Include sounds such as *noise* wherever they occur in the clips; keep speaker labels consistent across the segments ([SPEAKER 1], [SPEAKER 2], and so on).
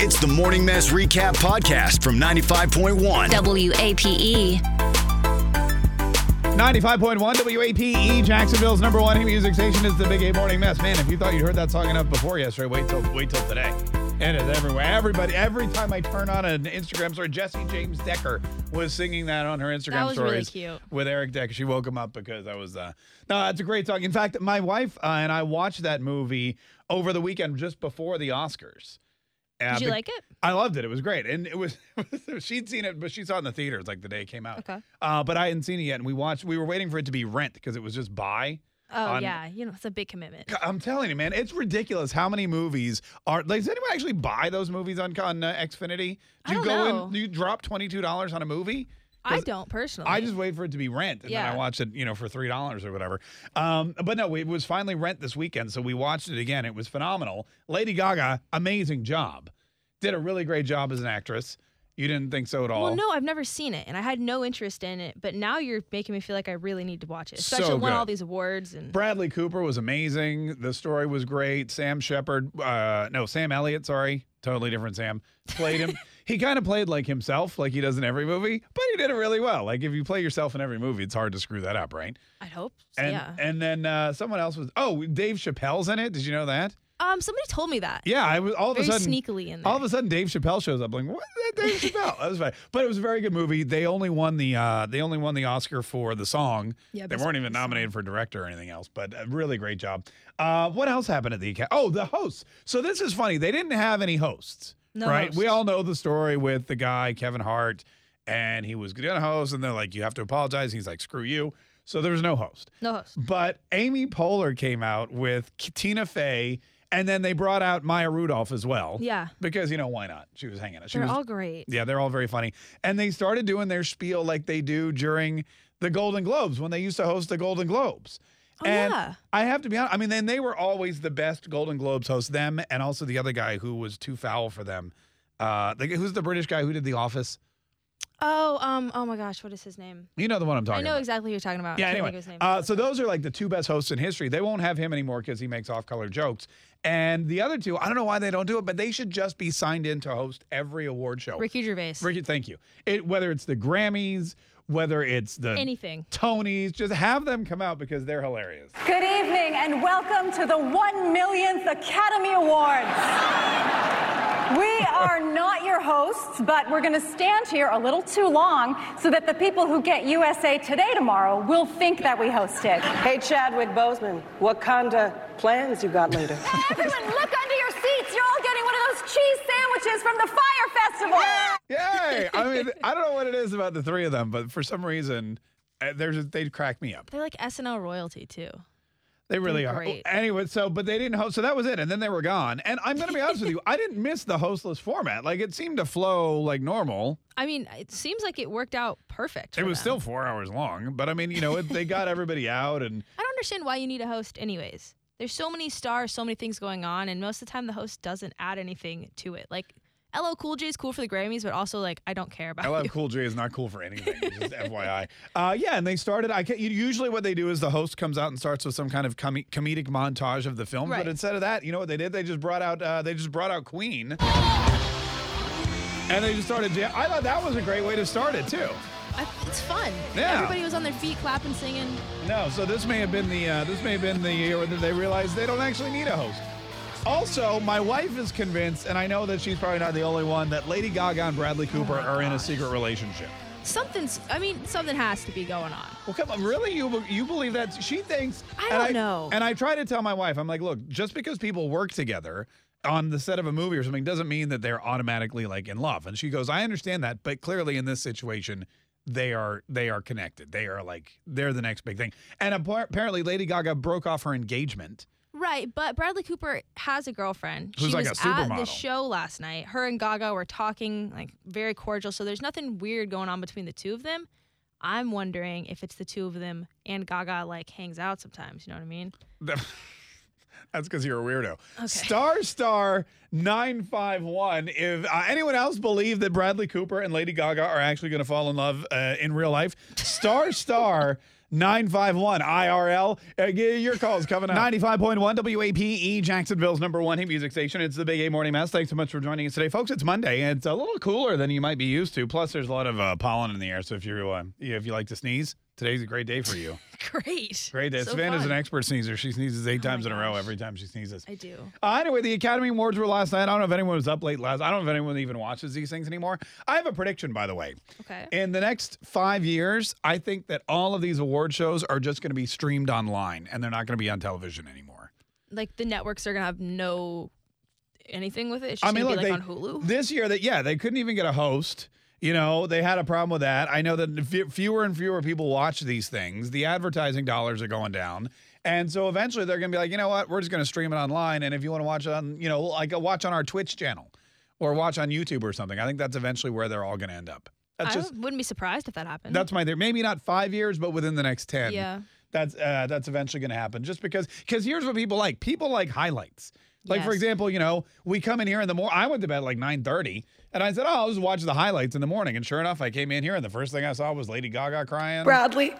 [SPEAKER 1] It's the Morning Mess Recap Podcast from 95.1.
[SPEAKER 2] E.
[SPEAKER 3] WAPE.
[SPEAKER 4] 95.1 WAPE, E, Jacksonville's number one hit music station is the Big A Morning Mess. Man, if you thought you heard that song enough before yesterday, wait till wait till today. And it's everywhere. Everybody, every time I turn on an Instagram story, Jesse James Decker was singing that on her Instagram
[SPEAKER 5] That was really
[SPEAKER 4] stories
[SPEAKER 5] cute.
[SPEAKER 4] with Eric Decker. She woke him up because I was. Uh, no, it's a great song. In fact, my wife uh, and I watched that movie over the weekend just before the Oscars. Uh,
[SPEAKER 5] Did you
[SPEAKER 4] be-
[SPEAKER 5] like it?
[SPEAKER 4] I loved it. It was great, and it was *laughs* she'd seen it, but she saw it in the theaters like the day it came out.
[SPEAKER 5] Okay.
[SPEAKER 4] Uh, but I hadn't seen it yet, and we watched. We were waiting for it to be rent because it was just buy.
[SPEAKER 5] Oh
[SPEAKER 4] on-
[SPEAKER 5] yeah, you know it's a big commitment.
[SPEAKER 4] I'm telling you, man, it's ridiculous how many movies are. Like, does anyone actually buy those movies on on uh, Xfinity?
[SPEAKER 5] I
[SPEAKER 4] you
[SPEAKER 5] don't
[SPEAKER 4] go
[SPEAKER 5] know.
[SPEAKER 4] in? Do you drop twenty two dollars on a movie?
[SPEAKER 5] I don't personally.
[SPEAKER 4] I just wait for it to be rent, and then
[SPEAKER 5] Yeah.
[SPEAKER 4] I watch it, you know, for three dollars or whatever. Um, but no, it was finally rent this weekend, so we watched it again. It was phenomenal. Lady Gaga, amazing job, did a really great job as an actress. You didn't think so at all?
[SPEAKER 5] Well, no, I've never seen it, and I had no interest in it. But now you're making me feel like I really need to watch it,
[SPEAKER 4] So
[SPEAKER 5] especially when
[SPEAKER 4] good.
[SPEAKER 5] all these awards and
[SPEAKER 4] Bradley Cooper was amazing. The story was great. Sam Shepard, uh, no, Sam Elliott, sorry, totally different Sam, played
[SPEAKER 5] *laughs*
[SPEAKER 4] him. he kind of played like himself, like he does in every movie, but he did it really well. Like if you play yourself in every movie, it's hard to screw that up, right?
[SPEAKER 5] I'd hope. so,
[SPEAKER 4] And
[SPEAKER 5] yeah.
[SPEAKER 4] and then uh, someone else was. Oh, Dave Chappelle's in it. Did you know that?
[SPEAKER 5] um, somebody told me that.
[SPEAKER 4] Yeah, I was all of
[SPEAKER 5] Very
[SPEAKER 4] a sudden.
[SPEAKER 5] sneakily in there.
[SPEAKER 4] all of a sudden, Dave Chappelle shows up. Like, what? Is that Dave Chappelle? that was fine. But it was a very good movie. They only won the uh, they only won the Oscar for the song.
[SPEAKER 5] Yeah,
[SPEAKER 4] they
[SPEAKER 5] best
[SPEAKER 4] weren't even
[SPEAKER 5] picture song.
[SPEAKER 4] nominated for director or anything else. But a really great job. Uh, what else happened at the Academy? Oh, the hosts. So this is funny. They didn't have any hosts.
[SPEAKER 5] No
[SPEAKER 4] right. We
[SPEAKER 5] hosts.
[SPEAKER 4] all know the story with the guy Kevin Hart, and he was gonna host, and they're like, "You have to apologize." He's like, "Screw you." So there was no host.
[SPEAKER 5] No host.
[SPEAKER 4] But Amy Poehler came out with K- Tina Fey, and then they brought out Maya Rudolph as well.
[SPEAKER 5] *laughs* Yeah.
[SPEAKER 4] Because, you know, why not? She was hanging out. She
[SPEAKER 5] They're
[SPEAKER 4] was,
[SPEAKER 5] all great.
[SPEAKER 4] yeah, they're all very funny. And they started doing their spiel like they do during the Golden Globes when they used to host the Golden Globes.
[SPEAKER 5] Oh,
[SPEAKER 4] and
[SPEAKER 5] yeah.
[SPEAKER 4] I have to be honest. I mean, then they were always the best Golden Globes hosts, them and also the other guy who was too foul for them. Uh, the, who's the British guy who did The Office?
[SPEAKER 5] Oh, um, oh my gosh, what is his name?
[SPEAKER 4] You know the one I'm talking
[SPEAKER 5] I know
[SPEAKER 4] about.
[SPEAKER 5] exactly who you're talking about.
[SPEAKER 4] Yeah,
[SPEAKER 5] I can't
[SPEAKER 4] anyway.
[SPEAKER 5] think of his name.
[SPEAKER 4] Uh, so those are like the two best hosts in history. They won't have him anymore because he makes off color jokes. And the other two, I don't know why they don't do it, but they should just be signed in to host every award show.
[SPEAKER 5] Ricky Gervais.
[SPEAKER 4] Ricky, thank you. It, whether it's the Grammys, whether it's the
[SPEAKER 5] Anything.
[SPEAKER 4] Tonys, just have them come out because they're hilarious.
[SPEAKER 6] Good evening and welcome to the one millionth Academy Awards. We are not your hosts, but we're going to stand here a little too long so that the people who get USA Today tomorrow will think that we hosted.
[SPEAKER 7] Hey, Chadwick Boseman, Wakanda plans you got later?
[SPEAKER 6] Everyone, look under your seats. You're all getting one of those cheese sandwiches from the Fire Festival.
[SPEAKER 4] Yay! I mean, I don't know what it is about the three of them, but for some reason, uh, there's they crack me up.
[SPEAKER 5] They're like SNL royalty too.
[SPEAKER 4] They really are.
[SPEAKER 5] great.
[SPEAKER 4] Anyway, so but they didn't host, so that was it, and then they were gone. And I'm going to be honest with you, I didn't miss the hostless format. Like it seemed to flow like normal.
[SPEAKER 5] I mean, it seems like it worked out perfect.
[SPEAKER 4] It
[SPEAKER 5] for
[SPEAKER 4] was
[SPEAKER 5] them.
[SPEAKER 4] still four hours long, but I mean, you know, it, they got everybody out, and
[SPEAKER 5] I don't understand why you need a host, anyways. There's so many stars, so many things going on, and most of the time the host doesn't add anything to it. Like, LL Cool J is cool for the Grammys, but also like I don't care about.
[SPEAKER 4] I *laughs* love
[SPEAKER 5] you.
[SPEAKER 4] Cool J is not cool for anything. Just
[SPEAKER 5] *laughs*
[SPEAKER 4] FYI. Uh, yeah, and they started. I can usually what they do is the host comes out and starts with some kind of com- comedic montage of the film,
[SPEAKER 5] Right.
[SPEAKER 4] but instead of that, you know what they did? They just brought out uh, they just brought out Queen. And they just started. jam- I thought that was a great way to start it too.
[SPEAKER 5] I, it's fun.
[SPEAKER 4] Yeah.
[SPEAKER 5] Everybody was on their feet clapping, singing.
[SPEAKER 4] No, so this may have been the uh, this may have been the year where they realized they don't actually need a host. Also, my wife is convinced, and I know that she's probably not the only one, that Lady Gaga and Bradley Cooper are in a secret relationship.
[SPEAKER 5] Something's. I mean, something has to be going on.
[SPEAKER 4] Well, come on, really? You you believe that? She thinks.
[SPEAKER 5] I
[SPEAKER 4] and
[SPEAKER 5] don't know.
[SPEAKER 4] And I try to tell my wife, I'm like, look, just because people work together on the set of a movie or something doesn't mean that they're automatically like in love. And she goes, I understand that, but clearly in this situation, they are they are connected. They are like they're the next big thing. And appar- apparently, Lady Gaga broke off her engagement
[SPEAKER 5] Right, but Bradley Cooper has a girlfriend.
[SPEAKER 4] Who's
[SPEAKER 5] she
[SPEAKER 4] like
[SPEAKER 5] was
[SPEAKER 4] a
[SPEAKER 5] at the
[SPEAKER 4] supermodel.
[SPEAKER 5] show last night. Her and Gaga were talking, like very cordial. So there's nothing weird going on between the two of them. I'm wondering if it's the two of them and Gaga like hangs out sometimes. You know what I mean?
[SPEAKER 4] That's because you're a weirdo. Star Star 951. If uh, anyone else believe that Bradley Cooper and Lady Gaga are actually going to fall in love uh, in real life, Star Star 951 IRL. Uh, g- your calls coming up. 95.1 WAPE, E, Jacksonville's number one hit music station. It's the Big A Morning Mass. Thanks so much for joining us today, folks. It's Monday. and It's a little cooler than you might be used to. Plus, there's a lot of uh, pollen in the air. So if you uh, if you like to sneeze, today's a great day for you.
[SPEAKER 5] *laughs* Great.
[SPEAKER 4] Great day.
[SPEAKER 5] So
[SPEAKER 4] Savannah's
[SPEAKER 5] fun. Oh
[SPEAKER 4] an expert sneezer. She sneezes eight
[SPEAKER 5] my
[SPEAKER 4] times in a row
[SPEAKER 5] gosh.
[SPEAKER 4] every time she sneezes.
[SPEAKER 5] I do.
[SPEAKER 4] Uh, anyway, the Academy Awards were last night. I don't know if anyone was up late last. I don't know if anyone even watches these things anymore. I have a prediction, by the way.
[SPEAKER 5] Okay.
[SPEAKER 4] In the next five years, I think that all of these award shows are just going to be streamed online, and they're not going to be on television anymore.
[SPEAKER 5] Like the networks are gonna have no anything with it. It's just
[SPEAKER 4] I mean,
[SPEAKER 5] gonna
[SPEAKER 4] look,
[SPEAKER 5] be
[SPEAKER 4] they,
[SPEAKER 5] like on Hulu.
[SPEAKER 4] this year that yeah, they couldn't even get a host. You know, they had a problem with that. I know that f- fewer and fewer people watch these things. The advertising dollars are going down. And so eventually they're going to be like, you know what? We're just going to stream it online. And if you want to watch it on, you know, like uh, watch on our Twitch channel or watch on YouTube or something, I think that's eventually where they're all going to end up. That's
[SPEAKER 5] I
[SPEAKER 4] just,
[SPEAKER 5] wouldn't be surprised if that happened.
[SPEAKER 4] that's my, theory. maybe not five years, but within the next 10
[SPEAKER 5] yeah.
[SPEAKER 4] that's uh, that's eventually going to happen just because because here's what people like people like highlights like for
[SPEAKER 5] Yes.
[SPEAKER 4] example you know we come in here in the morning i went to bed at like 9.30 and i said oh i'll just watch the highlights in the morning and sure enough i came in here and the first thing i saw was lady gaga crying
[SPEAKER 3] Bradley,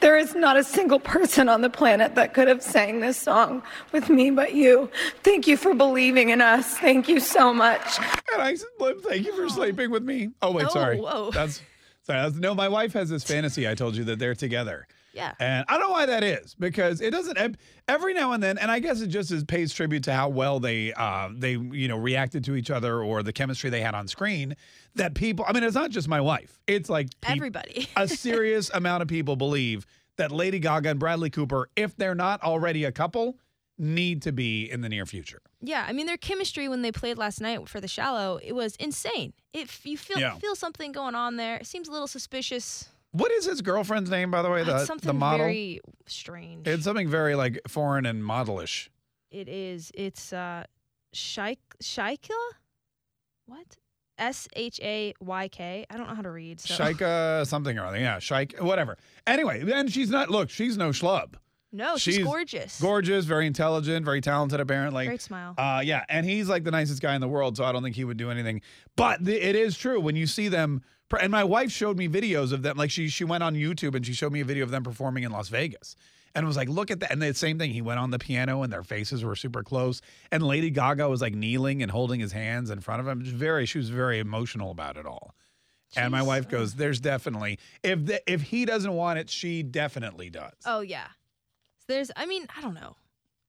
[SPEAKER 3] there is not a single person on the planet that could have sang this song with me but you. Thank you for believing in us. Thank you so
[SPEAKER 4] *laughs*
[SPEAKER 3] much.
[SPEAKER 4] and i said "Lib, thank you for sleeping with me oh wait
[SPEAKER 5] Oh,
[SPEAKER 4] sorry
[SPEAKER 5] whoa.
[SPEAKER 4] that's sorry that's, no my wife has this fantasy i told you that they're together
[SPEAKER 5] Yeah.
[SPEAKER 4] and i don't know why that is because it doesn't ev- every now and then and i guess it just is pays tribute to how well they uh they you know reacted to each other or the chemistry they had on screen that people i mean it's not just my wife it's like peop-
[SPEAKER 5] Everybody. *laughs*
[SPEAKER 4] a serious amount of people believe that lady gaga and bradley cooper if they're not already a couple need to be in the near future
[SPEAKER 5] Yeah, I mean their chemistry when they played last night for The Shallow, it was insane. If you feel
[SPEAKER 4] Yeah.
[SPEAKER 5] feel something going on there, it seems a little suspicious.
[SPEAKER 4] what is his girlfriend's name by the way
[SPEAKER 5] Uh, It's
[SPEAKER 4] the,
[SPEAKER 5] something
[SPEAKER 4] the model
[SPEAKER 5] very strange.
[SPEAKER 4] it's something very like foreign and modelish
[SPEAKER 5] It is. It's uh, Shaik Shaikla. What? S H A Y K. I don't know how to read. So.
[SPEAKER 4] Shika something or other. Yeah, Shike, whatever. Anyway, then she's not, look, she's no schlub.
[SPEAKER 5] *laughs* No, she's,
[SPEAKER 4] she's
[SPEAKER 5] gorgeous.
[SPEAKER 4] Gorgeous, very intelligent, very talented, apparently.
[SPEAKER 5] Great smile.
[SPEAKER 4] Uh, yeah, and he's like the nicest guy in the world, so I don't think he would do anything. But th- it is true when you see them. per- And my wife showed me videos of them. Like she she went on YouTube and she showed me a video of them performing in Las Vegas, and was like, look at that. And the same thing, he went on the piano and their faces were super close. And Lady Gaga was like kneeling and holding his hands in front of him. Just Very, she was very emotional about it all. And my
[SPEAKER 5] Jeez.
[SPEAKER 4] wife goes, "There's definitely if the, if he doesn't want it, she definitely does."
[SPEAKER 5] oh yeah. So there's. I mean, I don't know.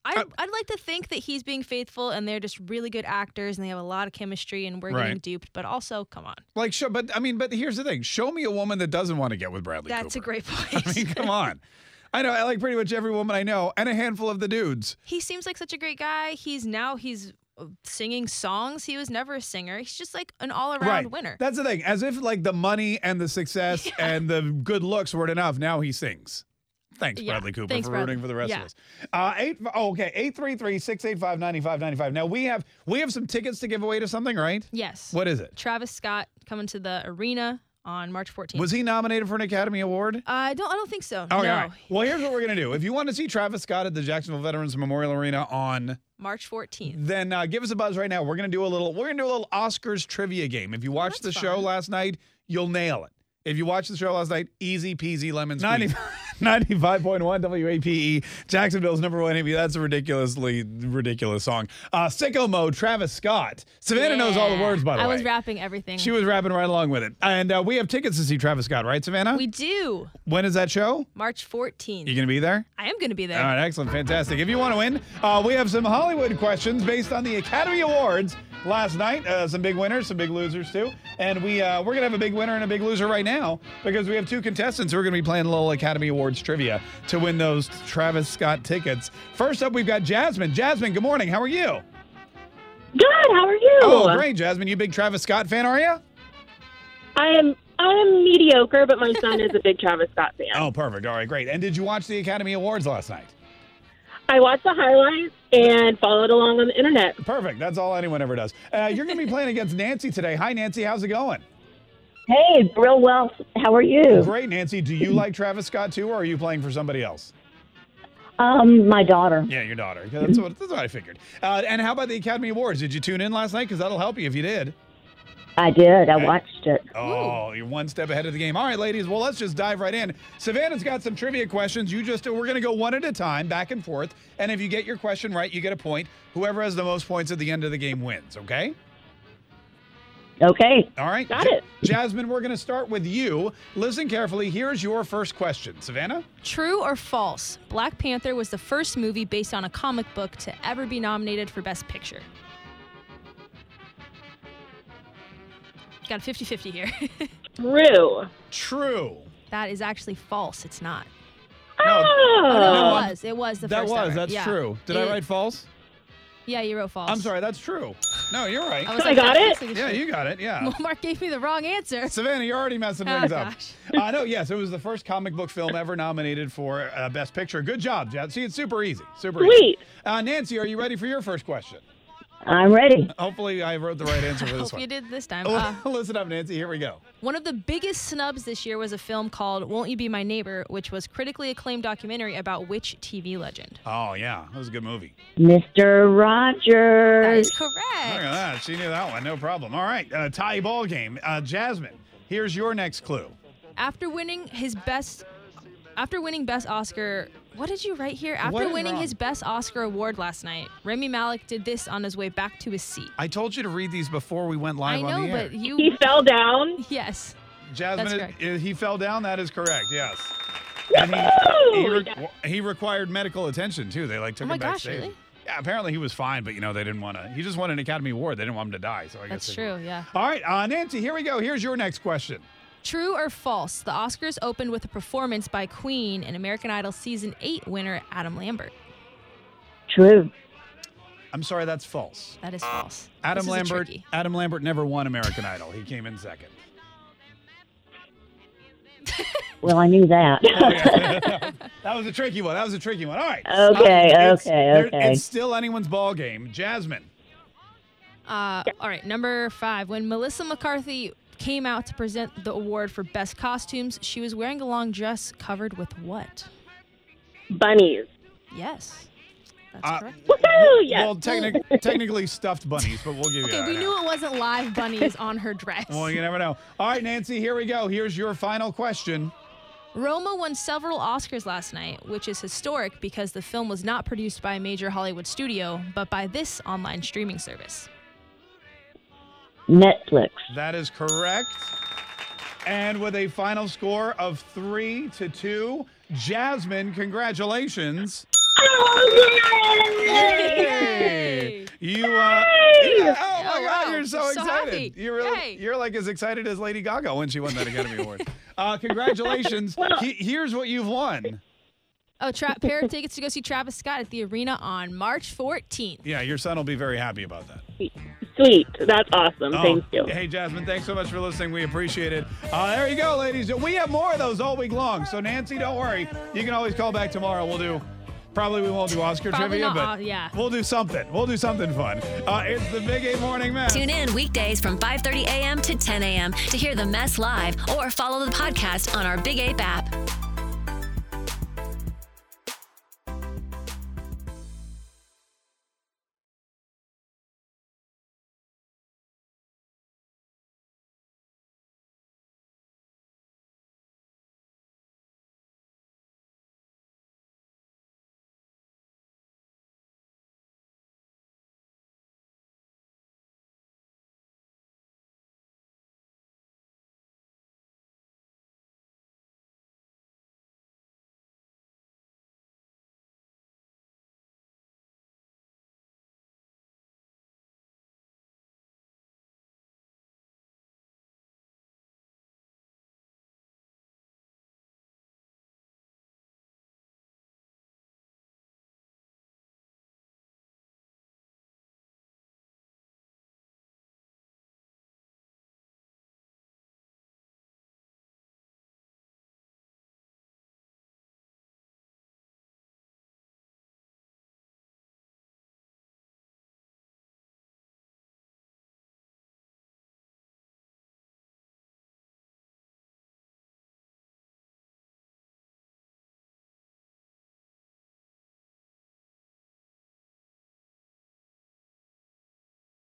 [SPEAKER 5] I,
[SPEAKER 4] Uh,
[SPEAKER 5] I'd like to think that he's being faithful and they're just really good actors and they have a lot of chemistry and we're getting
[SPEAKER 4] Right.
[SPEAKER 5] duped. But also, come on,
[SPEAKER 4] Like, show, but I mean, but here's the thing: show me a woman that doesn't want to get with Bradley.
[SPEAKER 5] that's a
[SPEAKER 4] Cooper. *laughs*
[SPEAKER 5] great point.
[SPEAKER 4] I mean, come on. I know. I like pretty much every woman I know, and a handful of the dudes.
[SPEAKER 5] *laughs* he seems like such a great guy. He's now he's uh, singing songs. He was never a singer. He's just like an all around winner.
[SPEAKER 4] That's the thing. As if like the money and the
[SPEAKER 5] *laughs*
[SPEAKER 4] success and the good looks weren't enough. Now he sings. Thanks,
[SPEAKER 5] Yeah.
[SPEAKER 4] Bradley Cooper,
[SPEAKER 5] Thanks,
[SPEAKER 4] for
[SPEAKER 5] Bradley.
[SPEAKER 4] rooting for the rest of
[SPEAKER 5] Yeah.
[SPEAKER 4] us. Uh, eight, oh, okay, 833-685-9595. Now we have we have some tickets to give away to something, right?
[SPEAKER 5] yes.
[SPEAKER 4] What is it?
[SPEAKER 5] Travis Scott coming to the arena on March 14th.
[SPEAKER 4] Was he nominated for an Academy Award?
[SPEAKER 5] I don't. I don't think so.
[SPEAKER 4] Okay,
[SPEAKER 5] no.
[SPEAKER 4] all right. Well, here's what we're gonna do. If you want to see Travis Scott at the Jacksonville Veterans Memorial Arena on
[SPEAKER 5] March 14th.
[SPEAKER 4] then uh, give us a buzz right now. We're gonna do a little. We're gonna do a little Oscars trivia game. If you watched the
[SPEAKER 5] That's
[SPEAKER 4] show
[SPEAKER 5] fun.
[SPEAKER 4] last night, you'll nail it. If you watched the show last night, easy peasy lemon squeeze. *laughs* 95.1 WAPE, E, Jacksonville's number one enemy. That's a ridiculously ridiculous song. Uh, Sicko Mode, Travis Scott. Savannah knows all the
[SPEAKER 5] Yeah.
[SPEAKER 4] words, by the
[SPEAKER 5] I
[SPEAKER 4] way.
[SPEAKER 5] was rapping everything.
[SPEAKER 4] She was rapping right along with it. And uh, we have tickets to see Travis Scott, right, Savannah?
[SPEAKER 5] we do.
[SPEAKER 4] when is that show?
[SPEAKER 5] March 14th.
[SPEAKER 4] You going to be there?
[SPEAKER 5] I am gonna be there.
[SPEAKER 4] All right, excellent, fantastic. If you want to win, uh, we have some Hollywood questions based on the Academy Awards last night. Uh, some big winners, some big losers too, and we uh, we're gonna have a big winner and a big loser right now because we have two contestants who are gonna be playing a little Academy Awards trivia to win those Travis Scott tickets. First up, we've got Jasmine. Jasmine, good morning. How are you?
[SPEAKER 8] Good. How are you?
[SPEAKER 4] Oh, great, Jasmine. You a big Travis Scott fan, are you?
[SPEAKER 8] I am. I am mediocre, but my son is a big Travis Scott fan.
[SPEAKER 4] Oh, perfect. All right, great. And did you watch the Academy Awards last night?
[SPEAKER 8] I watched the highlights and followed along on the internet.
[SPEAKER 4] Perfect. That's all anyone ever does. Uh, you're going to be playing against Nancy today. Hi, Nancy. How's it going?
[SPEAKER 8] Hey, real well. How are you?
[SPEAKER 4] Great, Nancy. Do you like Travis Scott too, or are you playing for somebody else?
[SPEAKER 8] Um, my daughter.
[SPEAKER 4] Yeah, your daughter. Yeah, That's what, that's what I figured. Uh, and how about the Academy Awards? Did you tune in last night? Because that'll help you if you did.
[SPEAKER 8] I did. I
[SPEAKER 4] Okay.
[SPEAKER 8] watched it.
[SPEAKER 4] Oh, you're one step ahead of the game. All right, ladies. Well, let's just dive right in. Savannah's got some trivia questions. You just we're going to go one at a time, back and forth. And if you get your question right, you get a point. Whoever has the most points at the end of the game wins. Okay.
[SPEAKER 8] Okay.
[SPEAKER 4] All right.
[SPEAKER 8] Got
[SPEAKER 4] Ja-
[SPEAKER 8] it.
[SPEAKER 4] Jasmine, we're going to start with you. Listen carefully. Here's your first question, Savannah.
[SPEAKER 5] True or false? Black Panther was the first movie based on a comic book to ever be nominated for Best Picture. Got a 50 50 here. *laughs*
[SPEAKER 8] Rue.
[SPEAKER 4] True.
[SPEAKER 5] that is actually false. It's not.
[SPEAKER 4] No,
[SPEAKER 5] Oh, no,
[SPEAKER 4] no,
[SPEAKER 5] it
[SPEAKER 4] I'm-
[SPEAKER 5] was. It was the
[SPEAKER 4] that
[SPEAKER 5] first
[SPEAKER 4] was.
[SPEAKER 5] ever.
[SPEAKER 4] That's
[SPEAKER 5] Yeah.
[SPEAKER 4] true. Did I
[SPEAKER 5] It-
[SPEAKER 4] write false?
[SPEAKER 5] Yeah, you wrote false.
[SPEAKER 4] I'm sorry. That's true. No, you're right.
[SPEAKER 5] I was
[SPEAKER 8] I
[SPEAKER 5] like,
[SPEAKER 8] got
[SPEAKER 5] "That's
[SPEAKER 8] it."
[SPEAKER 5] actually the
[SPEAKER 4] yeah,
[SPEAKER 5] truth."
[SPEAKER 4] you got it.
[SPEAKER 5] *laughs*
[SPEAKER 4] Yeah. *laughs*
[SPEAKER 5] Mark gave me the wrong answer.
[SPEAKER 4] Savannah, you're already messing
[SPEAKER 5] Oh,
[SPEAKER 4] things up.
[SPEAKER 5] gosh.
[SPEAKER 4] I know. yes, it was the first comic book film ever nominated for uh, Best Picture. Good job, Jet. See, it's super easy. Super easy.
[SPEAKER 8] Sweet.
[SPEAKER 4] Uh, Nancy, are you ready for your first question?
[SPEAKER 8] I'm ready.
[SPEAKER 4] Hopefully, I wrote the right answer
[SPEAKER 5] *laughs*
[SPEAKER 4] for this
[SPEAKER 5] Hope
[SPEAKER 4] one. Oh.
[SPEAKER 5] you did this time. Uh,
[SPEAKER 4] *laughs* Listen up, Nancy. Here we go.
[SPEAKER 5] One of the biggest snubs this year was a film called Won't You Be My Neighbor, which was critically acclaimed documentary about which TV legend?
[SPEAKER 4] Oh, yeah. That was a good movie.
[SPEAKER 8] Mr.
[SPEAKER 5] That
[SPEAKER 8] Rogers.
[SPEAKER 5] is
[SPEAKER 4] Look at
[SPEAKER 5] correct.
[SPEAKER 4] that. She knew that one. No problem. All right. Uh, tie ball game. Uh, Jasmine, here's your next clue.
[SPEAKER 5] After winning his best after winning best Oscar, what did you write here?
[SPEAKER 4] What
[SPEAKER 5] After
[SPEAKER 4] is
[SPEAKER 5] winning
[SPEAKER 4] wrong?
[SPEAKER 5] his best Oscar award last night, Remy Malik did this on his way back to his seat.
[SPEAKER 4] I told you to read these before we went
[SPEAKER 5] I
[SPEAKER 4] live on
[SPEAKER 5] know,
[SPEAKER 4] the air.
[SPEAKER 5] but you
[SPEAKER 8] He fell down.
[SPEAKER 5] *laughs* Yes.
[SPEAKER 4] Jasmine,
[SPEAKER 5] That's correct.
[SPEAKER 4] i- he fell down. That is correct. Yes. And he, he, re- he required medical attention too. They like took
[SPEAKER 5] Oh my
[SPEAKER 4] him
[SPEAKER 5] gosh,
[SPEAKER 4] backstage.
[SPEAKER 5] really?
[SPEAKER 4] Yeah, apparently he was fine, but you know they didn't want to. He just won an Academy Award. They didn't want him to die. So I guess
[SPEAKER 5] That's
[SPEAKER 4] they-
[SPEAKER 5] true, yeah.
[SPEAKER 4] All right, uh, Nancy, here we go. Here's your next question.
[SPEAKER 5] True or false? The Oscars opened with a performance by Queen and American Idol season 8 winner Adam Lambert.
[SPEAKER 8] True.
[SPEAKER 4] I'm sorry, that's false.
[SPEAKER 5] That is false.
[SPEAKER 4] Adam
[SPEAKER 5] This is a
[SPEAKER 4] Lambert.
[SPEAKER 5] tricky.
[SPEAKER 4] Adam Lambert never won American Idol. He came in
[SPEAKER 5] *laughs*
[SPEAKER 4] second.
[SPEAKER 8] Well, I knew that.
[SPEAKER 4] That was a tricky one. That was a tricky one. All right.
[SPEAKER 8] Okay,
[SPEAKER 4] It's-
[SPEAKER 8] okay,
[SPEAKER 4] there-
[SPEAKER 8] okay.
[SPEAKER 4] It's still anyone's ball game. Jasmine.
[SPEAKER 5] Uh, All right, number five. When Melissa McCarthy came out to present the award for best costumes, she was wearing a long dress covered with what?
[SPEAKER 8] *laughs* Bunnies.
[SPEAKER 5] Yes, that's
[SPEAKER 4] Uh,
[SPEAKER 5] correct.
[SPEAKER 8] Woohoo! Yes.
[SPEAKER 4] Well,
[SPEAKER 5] *laughs*
[SPEAKER 4] technic- technically stuffed bunnies, but we'll give you
[SPEAKER 5] Okay,
[SPEAKER 4] that.
[SPEAKER 5] we knew it wasn't live bunnies on her dress.
[SPEAKER 4] Well, you never know. All right, Nancy, here we go. Here's your final question.
[SPEAKER 5] Roma won several Oscars last night, which is historic because the film was not produced by a major Hollywood studio, but by this online streaming service.
[SPEAKER 8] Netflix.
[SPEAKER 4] That is correct. And with a final score of three to two, Jasmine, congratulations.
[SPEAKER 8] Oh,
[SPEAKER 4] Yay! You, uh, yeah, oh my
[SPEAKER 5] Oh,
[SPEAKER 4] God,
[SPEAKER 5] wow.
[SPEAKER 4] you're so,
[SPEAKER 5] So
[SPEAKER 4] excited.
[SPEAKER 5] happy.
[SPEAKER 4] You're really,
[SPEAKER 5] Yay.
[SPEAKER 4] you're like as excited as Lady Gaga when she won that Academy
[SPEAKER 5] *laughs*
[SPEAKER 4] Award. Uh, congratulations. He- here's what you've won.
[SPEAKER 5] Oh, tra- *laughs* pair of tickets to go see Travis Scott at the arena on March 14th.
[SPEAKER 4] Yeah, your son will be very happy about that.
[SPEAKER 8] Sweet. That's awesome.
[SPEAKER 4] Oh, Hey, Jasmine, thanks so much for listening. We appreciate it. Uh, there you go, ladies. We have more of those all week long. So, Nancy, don't worry. You can always call back tomorrow. We'll do. Probably we won't do Oscar
[SPEAKER 5] Probably
[SPEAKER 4] trivia,
[SPEAKER 5] not,
[SPEAKER 4] but
[SPEAKER 5] uh, yeah.
[SPEAKER 4] we'll do something. We'll do something fun. Uh, it's the Big Eight Morning Mess.
[SPEAKER 2] Tune in weekdays from 5:30 a.m. to 10 a.m. to hear the mess live or follow the podcast on our Big Ape app.